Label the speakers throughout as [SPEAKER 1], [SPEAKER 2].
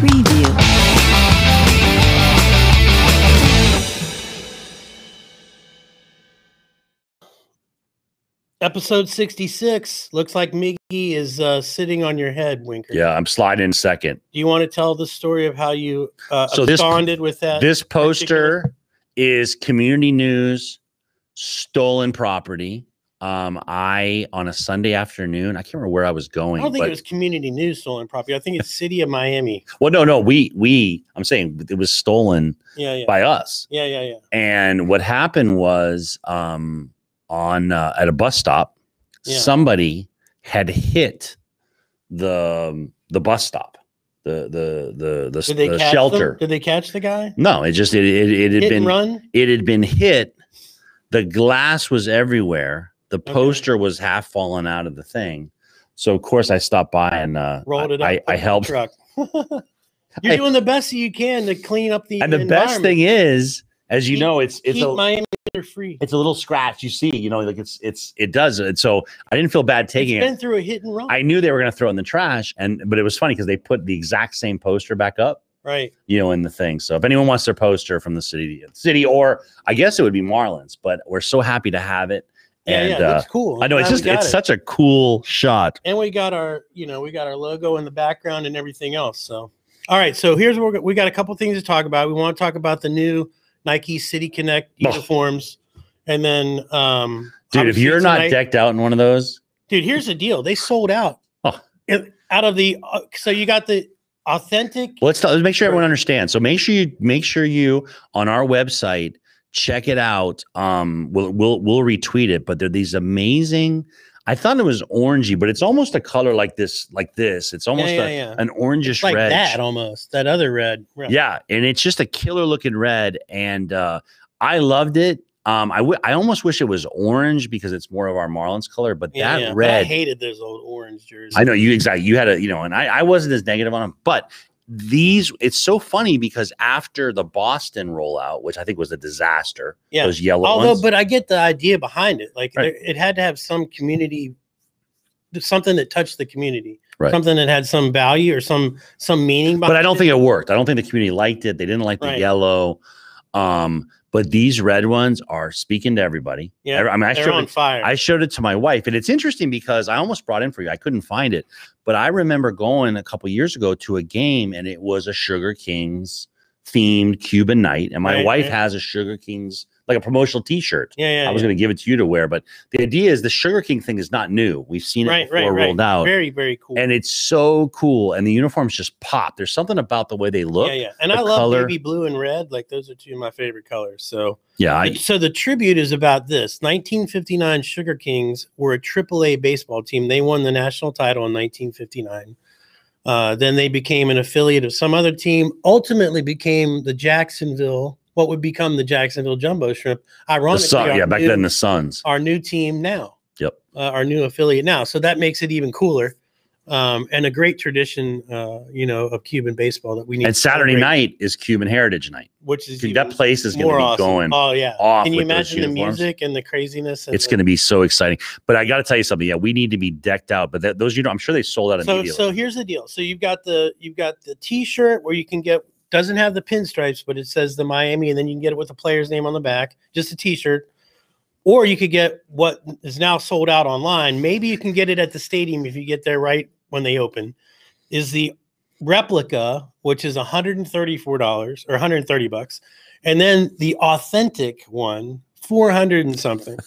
[SPEAKER 1] preview.
[SPEAKER 2] Episode 66. Looks like Miggy is uh, sitting on your head, Winker.
[SPEAKER 3] Yeah, I'm sliding second.
[SPEAKER 2] Do you want to tell the story of how you uh,
[SPEAKER 3] So this-
[SPEAKER 2] absconded with that?
[SPEAKER 3] This poster is community news, stolen property. Um, I on a Sunday afternoon, I can't remember where I was
[SPEAKER 2] I
[SPEAKER 3] going.
[SPEAKER 2] don't think
[SPEAKER 3] but,
[SPEAKER 2] it was community news stolen property. I think it's City of Miami.
[SPEAKER 3] well, no, no, we we I'm saying it was stolen
[SPEAKER 2] Yeah, yeah.
[SPEAKER 3] by us.
[SPEAKER 2] Yeah, yeah, yeah.
[SPEAKER 3] And what happened was um, on uh, at a bus stop,
[SPEAKER 2] Yeah.
[SPEAKER 3] somebody had hit the the bus stop, the the the the,
[SPEAKER 2] Did they
[SPEAKER 3] the
[SPEAKER 2] catch
[SPEAKER 3] shelter.
[SPEAKER 2] Them? Did they catch the guy?
[SPEAKER 3] No, it just it it, it had
[SPEAKER 2] Hit
[SPEAKER 3] been
[SPEAKER 2] and run?
[SPEAKER 3] it had been hit. The glass was everywhere. The
[SPEAKER 2] Okay.
[SPEAKER 3] poster was half fallen out of the thing. So of course I stopped by and uh,
[SPEAKER 2] Rolled it up.
[SPEAKER 3] I,
[SPEAKER 2] put
[SPEAKER 3] I,
[SPEAKER 2] it in
[SPEAKER 3] I
[SPEAKER 2] the
[SPEAKER 3] helped.
[SPEAKER 2] Truck. You're
[SPEAKER 3] I-
[SPEAKER 2] doing the best that you can to clean up the
[SPEAKER 3] And the best thing is, as you
[SPEAKER 2] Keep-
[SPEAKER 3] know, it's it's
[SPEAKER 2] keep
[SPEAKER 3] a
[SPEAKER 2] Miami free.
[SPEAKER 3] it's a little scratch you see. You know, like it's it's it does it. So I didn't feel bad taking
[SPEAKER 2] it's been
[SPEAKER 3] it.
[SPEAKER 2] through a hit and run.
[SPEAKER 3] I knew they were going to throw it in the trash, and but it was funny because they put the exact same poster back up.
[SPEAKER 2] right.
[SPEAKER 3] you know, in the thing. So if anyone wants their poster from the city, city, or I guess it would be Marlins, but we're so happy to have it.
[SPEAKER 2] Yeah,
[SPEAKER 3] And
[SPEAKER 2] yeah.
[SPEAKER 3] uh,
[SPEAKER 2] That's cool.
[SPEAKER 3] I know it's
[SPEAKER 2] Glad we
[SPEAKER 3] just
[SPEAKER 2] got
[SPEAKER 3] it's
[SPEAKER 2] it.
[SPEAKER 3] such a cool shot.
[SPEAKER 2] and we got our you know we got our logo in the background and everything else so all right so here's what we're, go- we got a couple things to talk about we want to talk about the new nike city connect
[SPEAKER 3] Oh.
[SPEAKER 2] uniforms and then um
[SPEAKER 3] Dude, if
[SPEAKER 2] obviously
[SPEAKER 3] you're not
[SPEAKER 2] tonight-
[SPEAKER 3] decked out in one of those,
[SPEAKER 2] dude here's the deal they sold out
[SPEAKER 3] Oh.
[SPEAKER 2] It- out of the uh, so you got the authentic
[SPEAKER 3] well, let's, let's make sure everyone understands. So make sure you make sure you on our website check it out. Um, we'll we'll we'll retweet it. But they're these amazing. I thought it was orangey, but it's almost a color like this, like this. It's almost
[SPEAKER 2] yeah,
[SPEAKER 3] a,
[SPEAKER 2] yeah.
[SPEAKER 3] an orangish
[SPEAKER 2] like
[SPEAKER 3] red.
[SPEAKER 2] that almost that other red Right.
[SPEAKER 3] Yeah, and it's just a killer looking red, and uh, I loved it. Um, I w- I almost wish it was orange because it's more of our Marlins color, but
[SPEAKER 2] Yeah,
[SPEAKER 3] that
[SPEAKER 2] yeah. But i
[SPEAKER 3] red, I,
[SPEAKER 2] hated those old orange jerseys
[SPEAKER 3] know you exactly. You had a you know, and I I wasn't as negative on them, but these it's so funny because after the Boston rollout, which I think was a disaster,
[SPEAKER 2] yeah
[SPEAKER 3] those yellow
[SPEAKER 2] although
[SPEAKER 3] ones.
[SPEAKER 2] but i get the idea behind it like
[SPEAKER 3] Right.
[SPEAKER 2] there, it had to have some community something that touched the community
[SPEAKER 3] Right.
[SPEAKER 2] something that had some value or some some meaning
[SPEAKER 3] but I don't think it worked. I don't think the community liked it. They didn't like the
[SPEAKER 2] Right.
[SPEAKER 3] yellow. Um, but these red ones are speaking to everybody.
[SPEAKER 2] Yeah,
[SPEAKER 3] Every- I mean, I
[SPEAKER 2] they're
[SPEAKER 3] showed
[SPEAKER 2] on
[SPEAKER 3] it-
[SPEAKER 2] fire
[SPEAKER 3] I showed it to my wife, and it's interesting because I almost brought in for you. I couldn't find it, but I remember going a couple years ago to a game, and it was a Sugar Kings themed Cuban night, and my
[SPEAKER 2] Right,
[SPEAKER 3] wife
[SPEAKER 2] right.
[SPEAKER 3] has a Sugar Kings like a promotional T-shirt.
[SPEAKER 2] yeah yeah,
[SPEAKER 3] I was
[SPEAKER 2] yeah.
[SPEAKER 3] going to give it to you to wear, but the idea is the Sugar King thing is not new. We've seen it
[SPEAKER 2] Right,
[SPEAKER 3] before
[SPEAKER 2] right, right.
[SPEAKER 3] rolled out,
[SPEAKER 2] very very cool
[SPEAKER 3] and it's so cool. And the uniforms just pop. There's something about the way they look.
[SPEAKER 2] yeah yeah and
[SPEAKER 3] the
[SPEAKER 2] i love
[SPEAKER 3] color.
[SPEAKER 2] baby blue and red like those are two of my favorite colors so
[SPEAKER 3] Yeah, I,
[SPEAKER 2] so the tribute is about this 1959 sugar kings were a aaa baseball team they won the national title in 1959 uh, then they became an affiliate of some other team ultimately became the jacksonville what would become the jacksonville jumbo shrimp
[SPEAKER 3] the
[SPEAKER 2] ironically
[SPEAKER 3] sun.
[SPEAKER 2] our
[SPEAKER 3] Yeah, back
[SPEAKER 2] new-
[SPEAKER 3] then the Suns.
[SPEAKER 2] our new team now
[SPEAKER 3] Yep.
[SPEAKER 2] uh, our new affiliate now so that makes it even cooler um, and a great tradition uh, you know of cuban baseball that we need
[SPEAKER 3] And
[SPEAKER 2] to
[SPEAKER 3] Saturday
[SPEAKER 2] celebrate,
[SPEAKER 3] night is Cuban Heritage Night.
[SPEAKER 2] which is
[SPEAKER 3] Dude,
[SPEAKER 2] even
[SPEAKER 3] that place is going to
[SPEAKER 2] more
[SPEAKER 3] be
[SPEAKER 2] awesome.
[SPEAKER 3] going.
[SPEAKER 2] oh yeah
[SPEAKER 3] off
[SPEAKER 2] Can you
[SPEAKER 3] with those
[SPEAKER 2] imagine the
[SPEAKER 3] uniforms.
[SPEAKER 2] music and the craziness? And
[SPEAKER 3] It's going to be so exciting. But I got to tell you something. Yeah, we need to be decked out. But that, those, you know, I'm sure they sold out
[SPEAKER 2] so.
[SPEAKER 3] immediately.
[SPEAKER 2] So here's the deal. So you've got the you've got the T-shirt where you can get doesn't have the pinstripes, but it says the Miami, and then you can get it with the player's name on the back, just a T-shirt. Or you could get what is now sold out online. Maybe you can get it at the stadium if you get there right when they open. Is the replica, which is $134 or 130 bucks, and then the authentic one, 400 and something.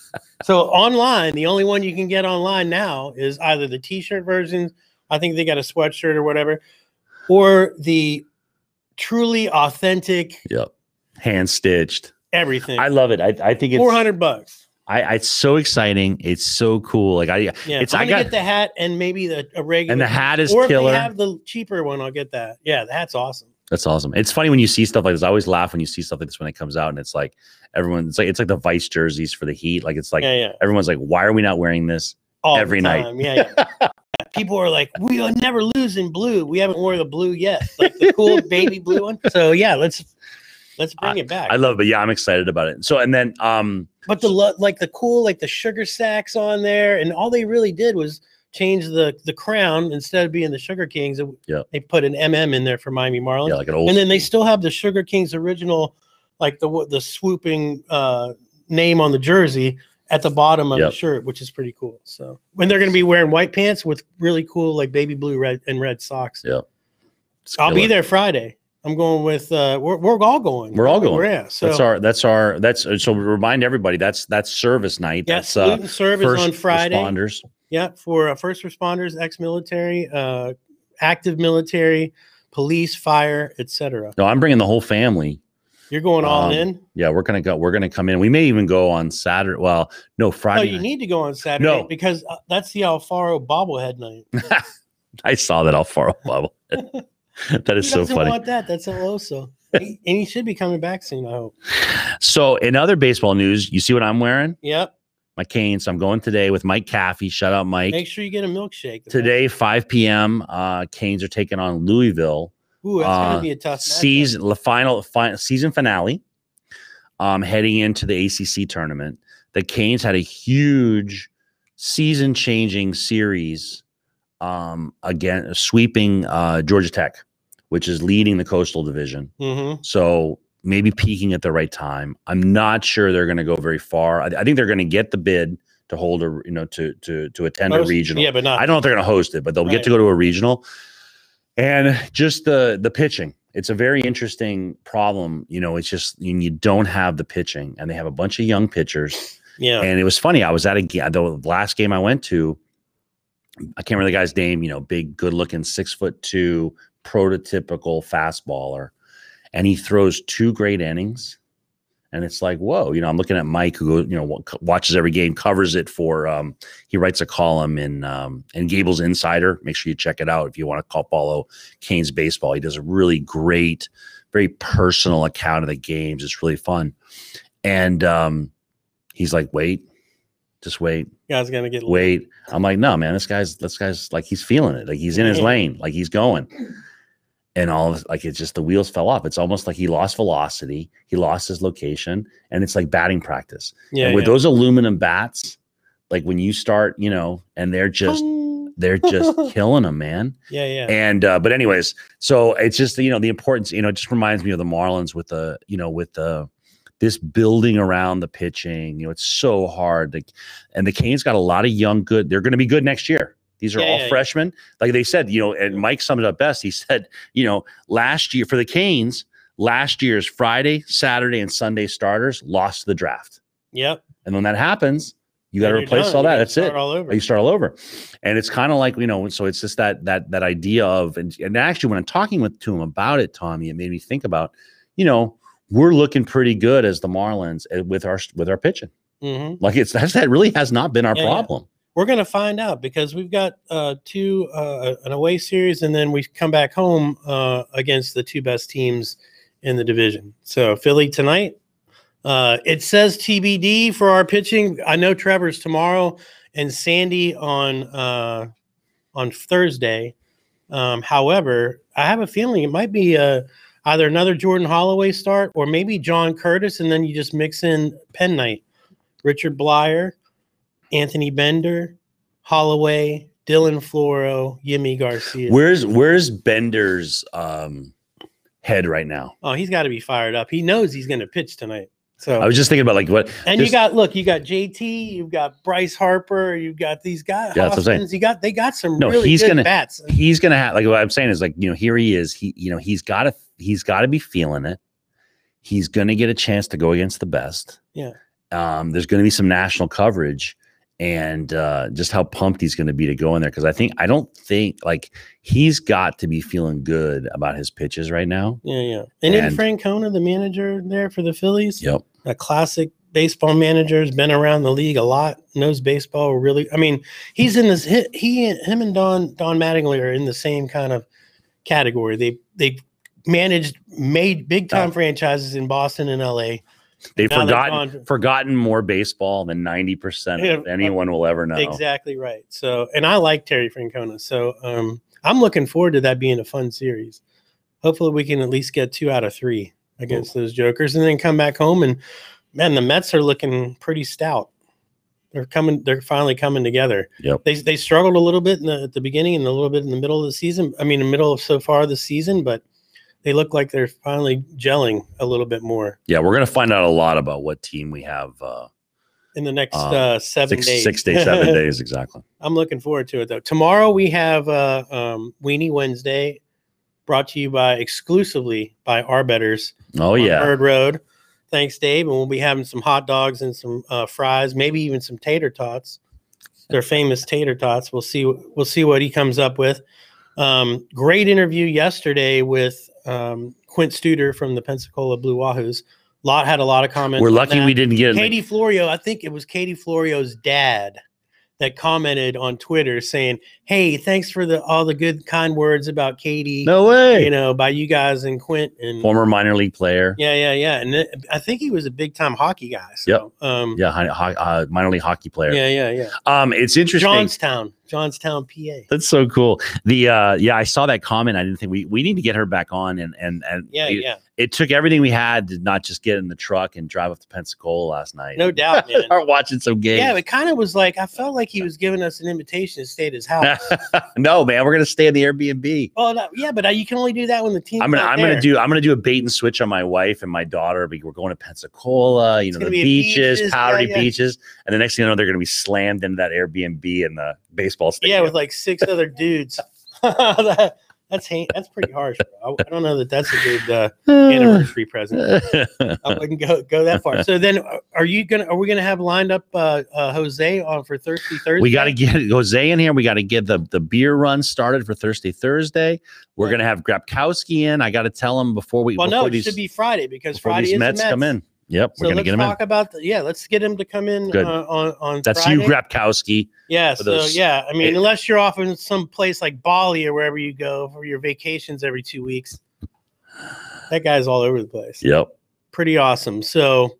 [SPEAKER 2] so online, the only one you can get online now is either the t-shirt version, I think they got a sweatshirt or whatever, or the truly authentic
[SPEAKER 3] yep. Hand stitched.
[SPEAKER 2] everything.
[SPEAKER 3] I love it. I, I think it's,
[SPEAKER 2] 400 bucks.
[SPEAKER 3] I, I- it's so exciting. It's so cool. Like I,
[SPEAKER 2] Yeah,
[SPEAKER 3] It's-
[SPEAKER 2] I'm
[SPEAKER 3] I
[SPEAKER 2] gonna
[SPEAKER 3] got-
[SPEAKER 2] get the hat and maybe the a regular.
[SPEAKER 3] and the hat is
[SPEAKER 2] or
[SPEAKER 3] killer.
[SPEAKER 2] if they have the cheaper one, I'll get that. Yeah, the hat's awesome.
[SPEAKER 3] That's awesome. It's funny when you see stuff like this. I always laugh when you see stuff like this when it comes out and it's like everyone, it's like, it's like the vice jerseys for the heat. Like it's like,
[SPEAKER 2] yeah, yeah.
[SPEAKER 3] everyone's like, why are we not wearing this?
[SPEAKER 2] All the
[SPEAKER 3] every night.
[SPEAKER 2] time. Yeah, yeah. Yeah, People are like, we are never losing blue. We haven't worn the blue yet, like the cool baby blue one. So yeah, let's let's bring it back.
[SPEAKER 3] I love it. But yeah, I'm excited about it. So, and then, um,
[SPEAKER 2] But the lo- like the cool like the sugar sacks on there, and all they really did was change the the crown instead of being the Sugar Kings. it-
[SPEAKER 3] Yep.
[SPEAKER 2] They put an MM in there for Miami Marlins,
[SPEAKER 3] Yeah, like an old.
[SPEAKER 2] and then they
[SPEAKER 3] school.
[SPEAKER 2] still have the Sugar Kings original, like the wo- the swooping uh, name on the jersey at the bottom of
[SPEAKER 3] Yep.
[SPEAKER 2] the shirt, which is pretty cool. So when they're going to be wearing white pants with really cool like baby blue red and red socks.
[SPEAKER 3] It's
[SPEAKER 2] I'll be
[SPEAKER 3] killer.
[SPEAKER 2] there Friday. I'm going with. Uh, we're we're all going.
[SPEAKER 3] We're all going.
[SPEAKER 2] Yeah. So
[SPEAKER 3] That's our. That's our. That's uh, so. Remind everybody. That's that's service night.
[SPEAKER 2] yes,
[SPEAKER 3] That's uh,
[SPEAKER 2] gluten service
[SPEAKER 3] first
[SPEAKER 2] on Friday.
[SPEAKER 3] responders.
[SPEAKER 2] Yeah, for uh, first responders, ex-military, uh, active military, police, fire, etc.
[SPEAKER 3] No, I'm bringing the whole family.
[SPEAKER 2] You're going all
[SPEAKER 3] Um,
[SPEAKER 2] in.
[SPEAKER 3] Yeah, we're gonna go. We're gonna come in. We may even go on Saturday. Well, no,
[SPEAKER 2] No,
[SPEAKER 3] Friday.
[SPEAKER 2] you
[SPEAKER 3] night.
[SPEAKER 2] need to go on Saturday
[SPEAKER 3] No.
[SPEAKER 2] because uh, that's the Alfaro bobblehead night.
[SPEAKER 3] I saw that Alfaro bubble. that is
[SPEAKER 2] Who
[SPEAKER 3] so
[SPEAKER 2] doesn't
[SPEAKER 3] funny.
[SPEAKER 2] want that? That's Eloso. and he should be coming back soon. I hope.
[SPEAKER 3] So, in other baseball news, you see what I'm wearing?
[SPEAKER 2] Yep.
[SPEAKER 3] My cane. So I'm going today with Mike Caffey. Shut up, Mike.
[SPEAKER 2] Make sure you get a milkshake
[SPEAKER 3] Today, 5 p.m. Uh, Canes are taking on Louisville.
[SPEAKER 2] Ooh, that's
[SPEAKER 3] uh,
[SPEAKER 2] gonna be a tough matchup.
[SPEAKER 3] season the final, final season finale um heading into the ACC tournament the Canes had a huge season changing series um again sweeping uh Georgia Tech which is leading the coastal division
[SPEAKER 2] Mhm.
[SPEAKER 3] so maybe peaking at the right time I'm not sure they're going to go very far I, I think they're going to get the bid to hold a you know to to to attend a
[SPEAKER 2] Most-
[SPEAKER 3] regional
[SPEAKER 2] Yeah, but not.
[SPEAKER 3] I don't know if they're going to host it, but they'll get
[SPEAKER 2] Uh, Right.
[SPEAKER 3] to go to a regional. And just the the pitching, it's a very interesting problem. You know, it's just you, you don't have the pitching, and they have a bunch of young pitchers.
[SPEAKER 2] yeah.
[SPEAKER 3] And it was funny. I was at a game. The last game I went to, I can't remember the guy's name. You know, big, good looking, six foot two, prototypical fastballer, and he throws two great innings. And it's like, whoa, you know, I'm looking at Mike, who you know wa- watches every game, covers it for. Um, he writes a column in um, in Gables Insider. Make sure you check it out if you want to call follow Kane's baseball. He does a really great, very personal account of the games. It's really fun, and um, he's like, wait, just wait
[SPEAKER 2] Guy's gonna get.
[SPEAKER 3] wait. I'm like, no, man, this guy's this guy's like he's feeling it. Like he's in his
[SPEAKER 2] Yeah.
[SPEAKER 3] lane, like he's going. And all of- like it's just the wheels fell off. It's almost like he lost velocity, he lost his location, and it's like batting practice.
[SPEAKER 2] Yeah.
[SPEAKER 3] and with
[SPEAKER 2] yeah.
[SPEAKER 3] those aluminum bats, like when you start, you know, and they're just
[SPEAKER 2] Pong.
[SPEAKER 3] they're just killing them, man.
[SPEAKER 2] Yeah. Yeah.
[SPEAKER 3] And uh, but anyways, so it's just you know the importance. You know, it just reminds me of the Marlins with the you know with the this building around the pitching. You know, it's so hard. Like, and the Canes got a lot of young good. They're going to be good next year. These are
[SPEAKER 2] Yeah,
[SPEAKER 3] all
[SPEAKER 2] yeah, yeah.
[SPEAKER 3] freshmen. Like they said, you know, and Mike summed it up best. He said, you know, last year for the Canes, last year's Friday, Saturday, and Sunday starters lost the draft.
[SPEAKER 2] yep.
[SPEAKER 3] And when that happens, you got to
[SPEAKER 2] Then you're
[SPEAKER 3] replace
[SPEAKER 2] done.
[SPEAKER 3] all
[SPEAKER 2] You
[SPEAKER 3] that.
[SPEAKER 2] gotta
[SPEAKER 3] That's it
[SPEAKER 2] start All over.
[SPEAKER 3] you start all over and it's kind of like you know so it's just that that that idea of and, and actually when i'm talking with to him about it tommy it made me think about you know we're looking pretty good as the marlins uh, with our with our pitching
[SPEAKER 2] hmm
[SPEAKER 3] like it's that's that really has not been our
[SPEAKER 2] Yeah, yeah.
[SPEAKER 3] problem
[SPEAKER 2] we're going to find out because we've got uh, two uh, an away series and then we come back home uh, against the two best teams in the division so philly tonight uh, it says tbd for our pitching i know trevor's tomorrow and sandy on uh, on thursday um, however i have a feeling it might be uh, either another jordan holloway start or maybe john curtis and then you just mix in penn knight richard blyer Anthony Bender, Holloway, Dylan Floro, Yimmy Garcia.
[SPEAKER 3] where's where's bender's um head right now
[SPEAKER 2] oh, he's got to be fired up. He knows he's going to pitch tonight.
[SPEAKER 3] i
[SPEAKER 2] So,
[SPEAKER 3] was just thinking about like what
[SPEAKER 2] and
[SPEAKER 3] this-
[SPEAKER 2] you got look, you got JT, you've got Bryce Harper, you've got these guys.
[SPEAKER 3] Yeah, that's what I'm saying.
[SPEAKER 2] Hoskins, You got they got some
[SPEAKER 3] No,
[SPEAKER 2] really
[SPEAKER 3] he's
[SPEAKER 2] good
[SPEAKER 3] gonna-
[SPEAKER 2] bats.
[SPEAKER 3] he's gonna have like what I'm saying is like you know here he is he you know he's got to he's got to be feeling it. He's gonna get a chance to go against the best.
[SPEAKER 2] Yeah.
[SPEAKER 3] Um, there's gonna be some national coverage and uh, just how pumped he's gonna be to go in there because I think I don't think like he's got to be feeling good about his pitches right now.
[SPEAKER 2] Yeah, yeah. And, then
[SPEAKER 3] And-
[SPEAKER 2] Francona, the manager there for the Phillies,
[SPEAKER 3] Yep.
[SPEAKER 2] a classic baseball manager, has been around the league a lot, knows baseball really. I mean, he's in this. He, he and- him and Don Don Mattingly are in the same kind of category. They they managed made big time
[SPEAKER 3] Oh.
[SPEAKER 2] franchises in Boston and L.A.
[SPEAKER 3] They've
[SPEAKER 2] Now they're
[SPEAKER 3] forgotten
[SPEAKER 2] gone.
[SPEAKER 3] forgotten more baseball than 90% of
[SPEAKER 2] Yeah,
[SPEAKER 3] anyone will ever know.
[SPEAKER 2] Exactly right. So, and I like Terry Francona. So, um, I'm looking forward to that being a fun series. Hopefully, we can at least get two out of three against those jokers, and then come back home and man, the Mets are looking pretty stout. they're coming. They're finally coming together.
[SPEAKER 3] Yep.
[SPEAKER 2] They they struggled a little bit in the, at the beginning and a little bit in the middle of the season. I mean, the middle of so far the season, but they look like they're finally gelling a little bit more
[SPEAKER 3] Yeah, we're gonna find out a lot about what team we have. Uh,
[SPEAKER 2] in the next
[SPEAKER 3] Um,
[SPEAKER 2] uh, seven
[SPEAKER 3] six,
[SPEAKER 2] days.
[SPEAKER 3] six days, seven days exactly.
[SPEAKER 2] I'm looking forward to it though. Tomorrow we have uh, um, Weenie Wednesday, brought to you by exclusively by Our Betters.
[SPEAKER 3] Oh
[SPEAKER 2] on
[SPEAKER 3] yeah,
[SPEAKER 2] Bird Road. Thanks, Dave. And we'll be having some hot dogs and some uh, fries, maybe even some tater tots. They're famous tater tots. We'll see. We'll see what he comes up with. Um, great interview yesterday with um, Quint Studer from the Pensacola Blue Wahoos. Lot had a lot of comments.
[SPEAKER 3] we're
[SPEAKER 2] on
[SPEAKER 3] lucky
[SPEAKER 2] that.
[SPEAKER 3] we didn't get it. in the-
[SPEAKER 2] Katie Florio, I think it was Katie Florio's dad that commented on Twitter saying, "Hey, thanks for the all the good kind words about Katie.
[SPEAKER 3] no way.
[SPEAKER 2] You know, by you guys and Quint and
[SPEAKER 3] Former minor league player.
[SPEAKER 2] yeah, yeah, yeah. And it, I think he was a big time hockey guy. So, um,
[SPEAKER 3] Yeah, hi- ho- uh, minor league hockey player.
[SPEAKER 2] yeah, yeah, yeah.
[SPEAKER 3] Um, it's interesting.
[SPEAKER 2] Johnstown, Johnstown, PA.
[SPEAKER 3] That's so cool. The uh, yeah, I saw that comment. I didn't think we we need to get her back on and and and
[SPEAKER 2] Yeah,
[SPEAKER 3] it,
[SPEAKER 2] yeah.
[SPEAKER 3] it took everything we had to not just get in the truck and drive up to Pensacola last night.
[SPEAKER 2] No doubt, man.
[SPEAKER 3] Start watching some games.
[SPEAKER 2] Yeah, it kind of was like I felt like he was giving us an invitation to stay at his house.
[SPEAKER 3] no, man, we're gonna stay in the Airbnb.
[SPEAKER 2] well, no, yeah, but uh, you can only do that when the team.
[SPEAKER 3] I'm gonna I'm gonna do I'm gonna do a bait and switch on my wife and my daughter. But we're going to Pensacola, you
[SPEAKER 2] It's
[SPEAKER 3] know, the
[SPEAKER 2] gonna be
[SPEAKER 3] beaches,
[SPEAKER 2] beaches, yeah,
[SPEAKER 3] powdery
[SPEAKER 2] yeah.
[SPEAKER 3] beaches, and the next thing you know, they're gonna be slammed into that Airbnb in the baseball
[SPEAKER 2] Yeah,
[SPEAKER 3] stadium.
[SPEAKER 2] with like six other dudes. That- that's ha- that's pretty harsh. Bro. I, I don't know that that's a good uh, anniversary present. I wouldn't go go that far. So then, uh, are you gonna? Are we gonna have lined up uh, uh, Jose on for Thirsty Thursday?
[SPEAKER 3] we got to get Jose in here. We got to get the, the beer run started for Thursday, Thursday. We're
[SPEAKER 2] Yeah.
[SPEAKER 3] gonna have Grabkowski in. I got to tell him before we
[SPEAKER 2] Well,
[SPEAKER 3] before
[SPEAKER 2] no, it
[SPEAKER 3] these
[SPEAKER 2] should be Friday because
[SPEAKER 3] before
[SPEAKER 2] Friday
[SPEAKER 3] these
[SPEAKER 2] is
[SPEAKER 3] Mets,
[SPEAKER 2] the Mets
[SPEAKER 3] come in. Yep,
[SPEAKER 2] So
[SPEAKER 3] we're gonna
[SPEAKER 2] let's
[SPEAKER 3] get him in.
[SPEAKER 2] talk about the yeah. Let's get him to come in
[SPEAKER 3] Good.
[SPEAKER 2] uh, on on.
[SPEAKER 3] That's
[SPEAKER 2] Friday.
[SPEAKER 3] you, Grabkowski.
[SPEAKER 2] Yeah.
[SPEAKER 3] for
[SPEAKER 2] So
[SPEAKER 3] those-
[SPEAKER 2] yeah, I mean,
[SPEAKER 3] it-
[SPEAKER 2] unless you're off in some place like Bali or wherever you go for your vacations every two weeks, that guy's all over the place.
[SPEAKER 3] Yep.
[SPEAKER 2] Pretty awesome. So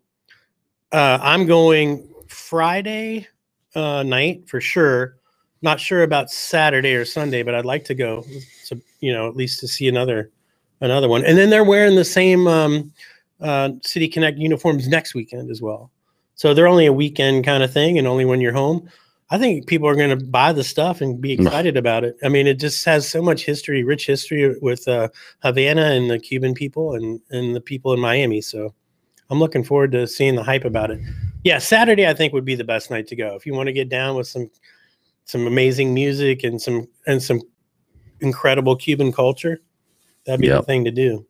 [SPEAKER 2] uh, I'm going Friday uh, night for sure. Not sure about Saturday or Sunday, but I'd like to go to you know at least to see another another one. And then they're wearing the same um, uh, City Connect uniforms next weekend as well. So they're only a weekend kind of thing, and only when you're home. I think people are going to buy the stuff and be
[SPEAKER 3] Mm.
[SPEAKER 2] excited about it. I mean, it just has so much history, rich history with uh, Havana and the Cuban people and and the people in Miami. So I'm looking forward to seeing the hype about it. Yeah, Saturday I think would be the best night to go if you want to get down with some some amazing music and some and some incredible Cuban culture. That'd be
[SPEAKER 3] Yep.
[SPEAKER 2] the thing to do.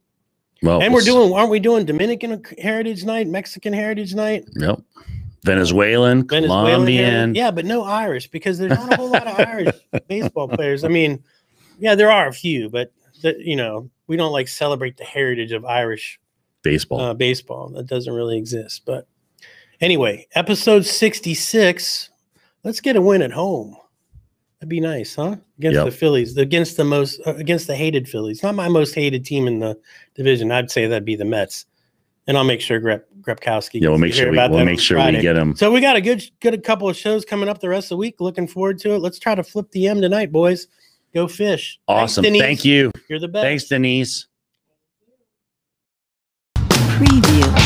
[SPEAKER 3] Well,
[SPEAKER 2] and we're
[SPEAKER 3] we'll see.
[SPEAKER 2] doing aren't we doing Dominican Heritage Night, Mexican Heritage Night,
[SPEAKER 3] Yep. Venezuelan,
[SPEAKER 2] Venezuelan
[SPEAKER 3] Colombian.
[SPEAKER 2] Heritage? Yeah, but no Irish because there's not a whole lot of Irish baseball players. I mean, yeah, there are a few, but the, you know, we don't like celebrate the heritage of Irish
[SPEAKER 3] baseball.
[SPEAKER 2] uh, baseball. That doesn't really exist. But anyway, episode 66. Let's get a win at home. That'd be nice, huh? Against
[SPEAKER 3] Yep.
[SPEAKER 2] the Phillies, against the most, uh, against the hated Phillies. Not my most hated team in the division. I'd say that'd be the Mets. And I'll make sure Grep, Grepkowski.
[SPEAKER 3] yeah,
[SPEAKER 2] gets to
[SPEAKER 3] we'll make
[SPEAKER 2] hear
[SPEAKER 3] sure we
[SPEAKER 2] about
[SPEAKER 3] we'll
[SPEAKER 2] that
[SPEAKER 3] make
[SPEAKER 2] on
[SPEAKER 3] sure
[SPEAKER 2] Friday.
[SPEAKER 3] we get him.
[SPEAKER 2] So we got a good, good couple of shows coming up the rest of the week. Looking forward to it. Let's try to flip the M tonight, boys. Go fish.
[SPEAKER 3] Awesome. Thank you.
[SPEAKER 2] You're the best.
[SPEAKER 3] Thanks, Denise.
[SPEAKER 1] Preview.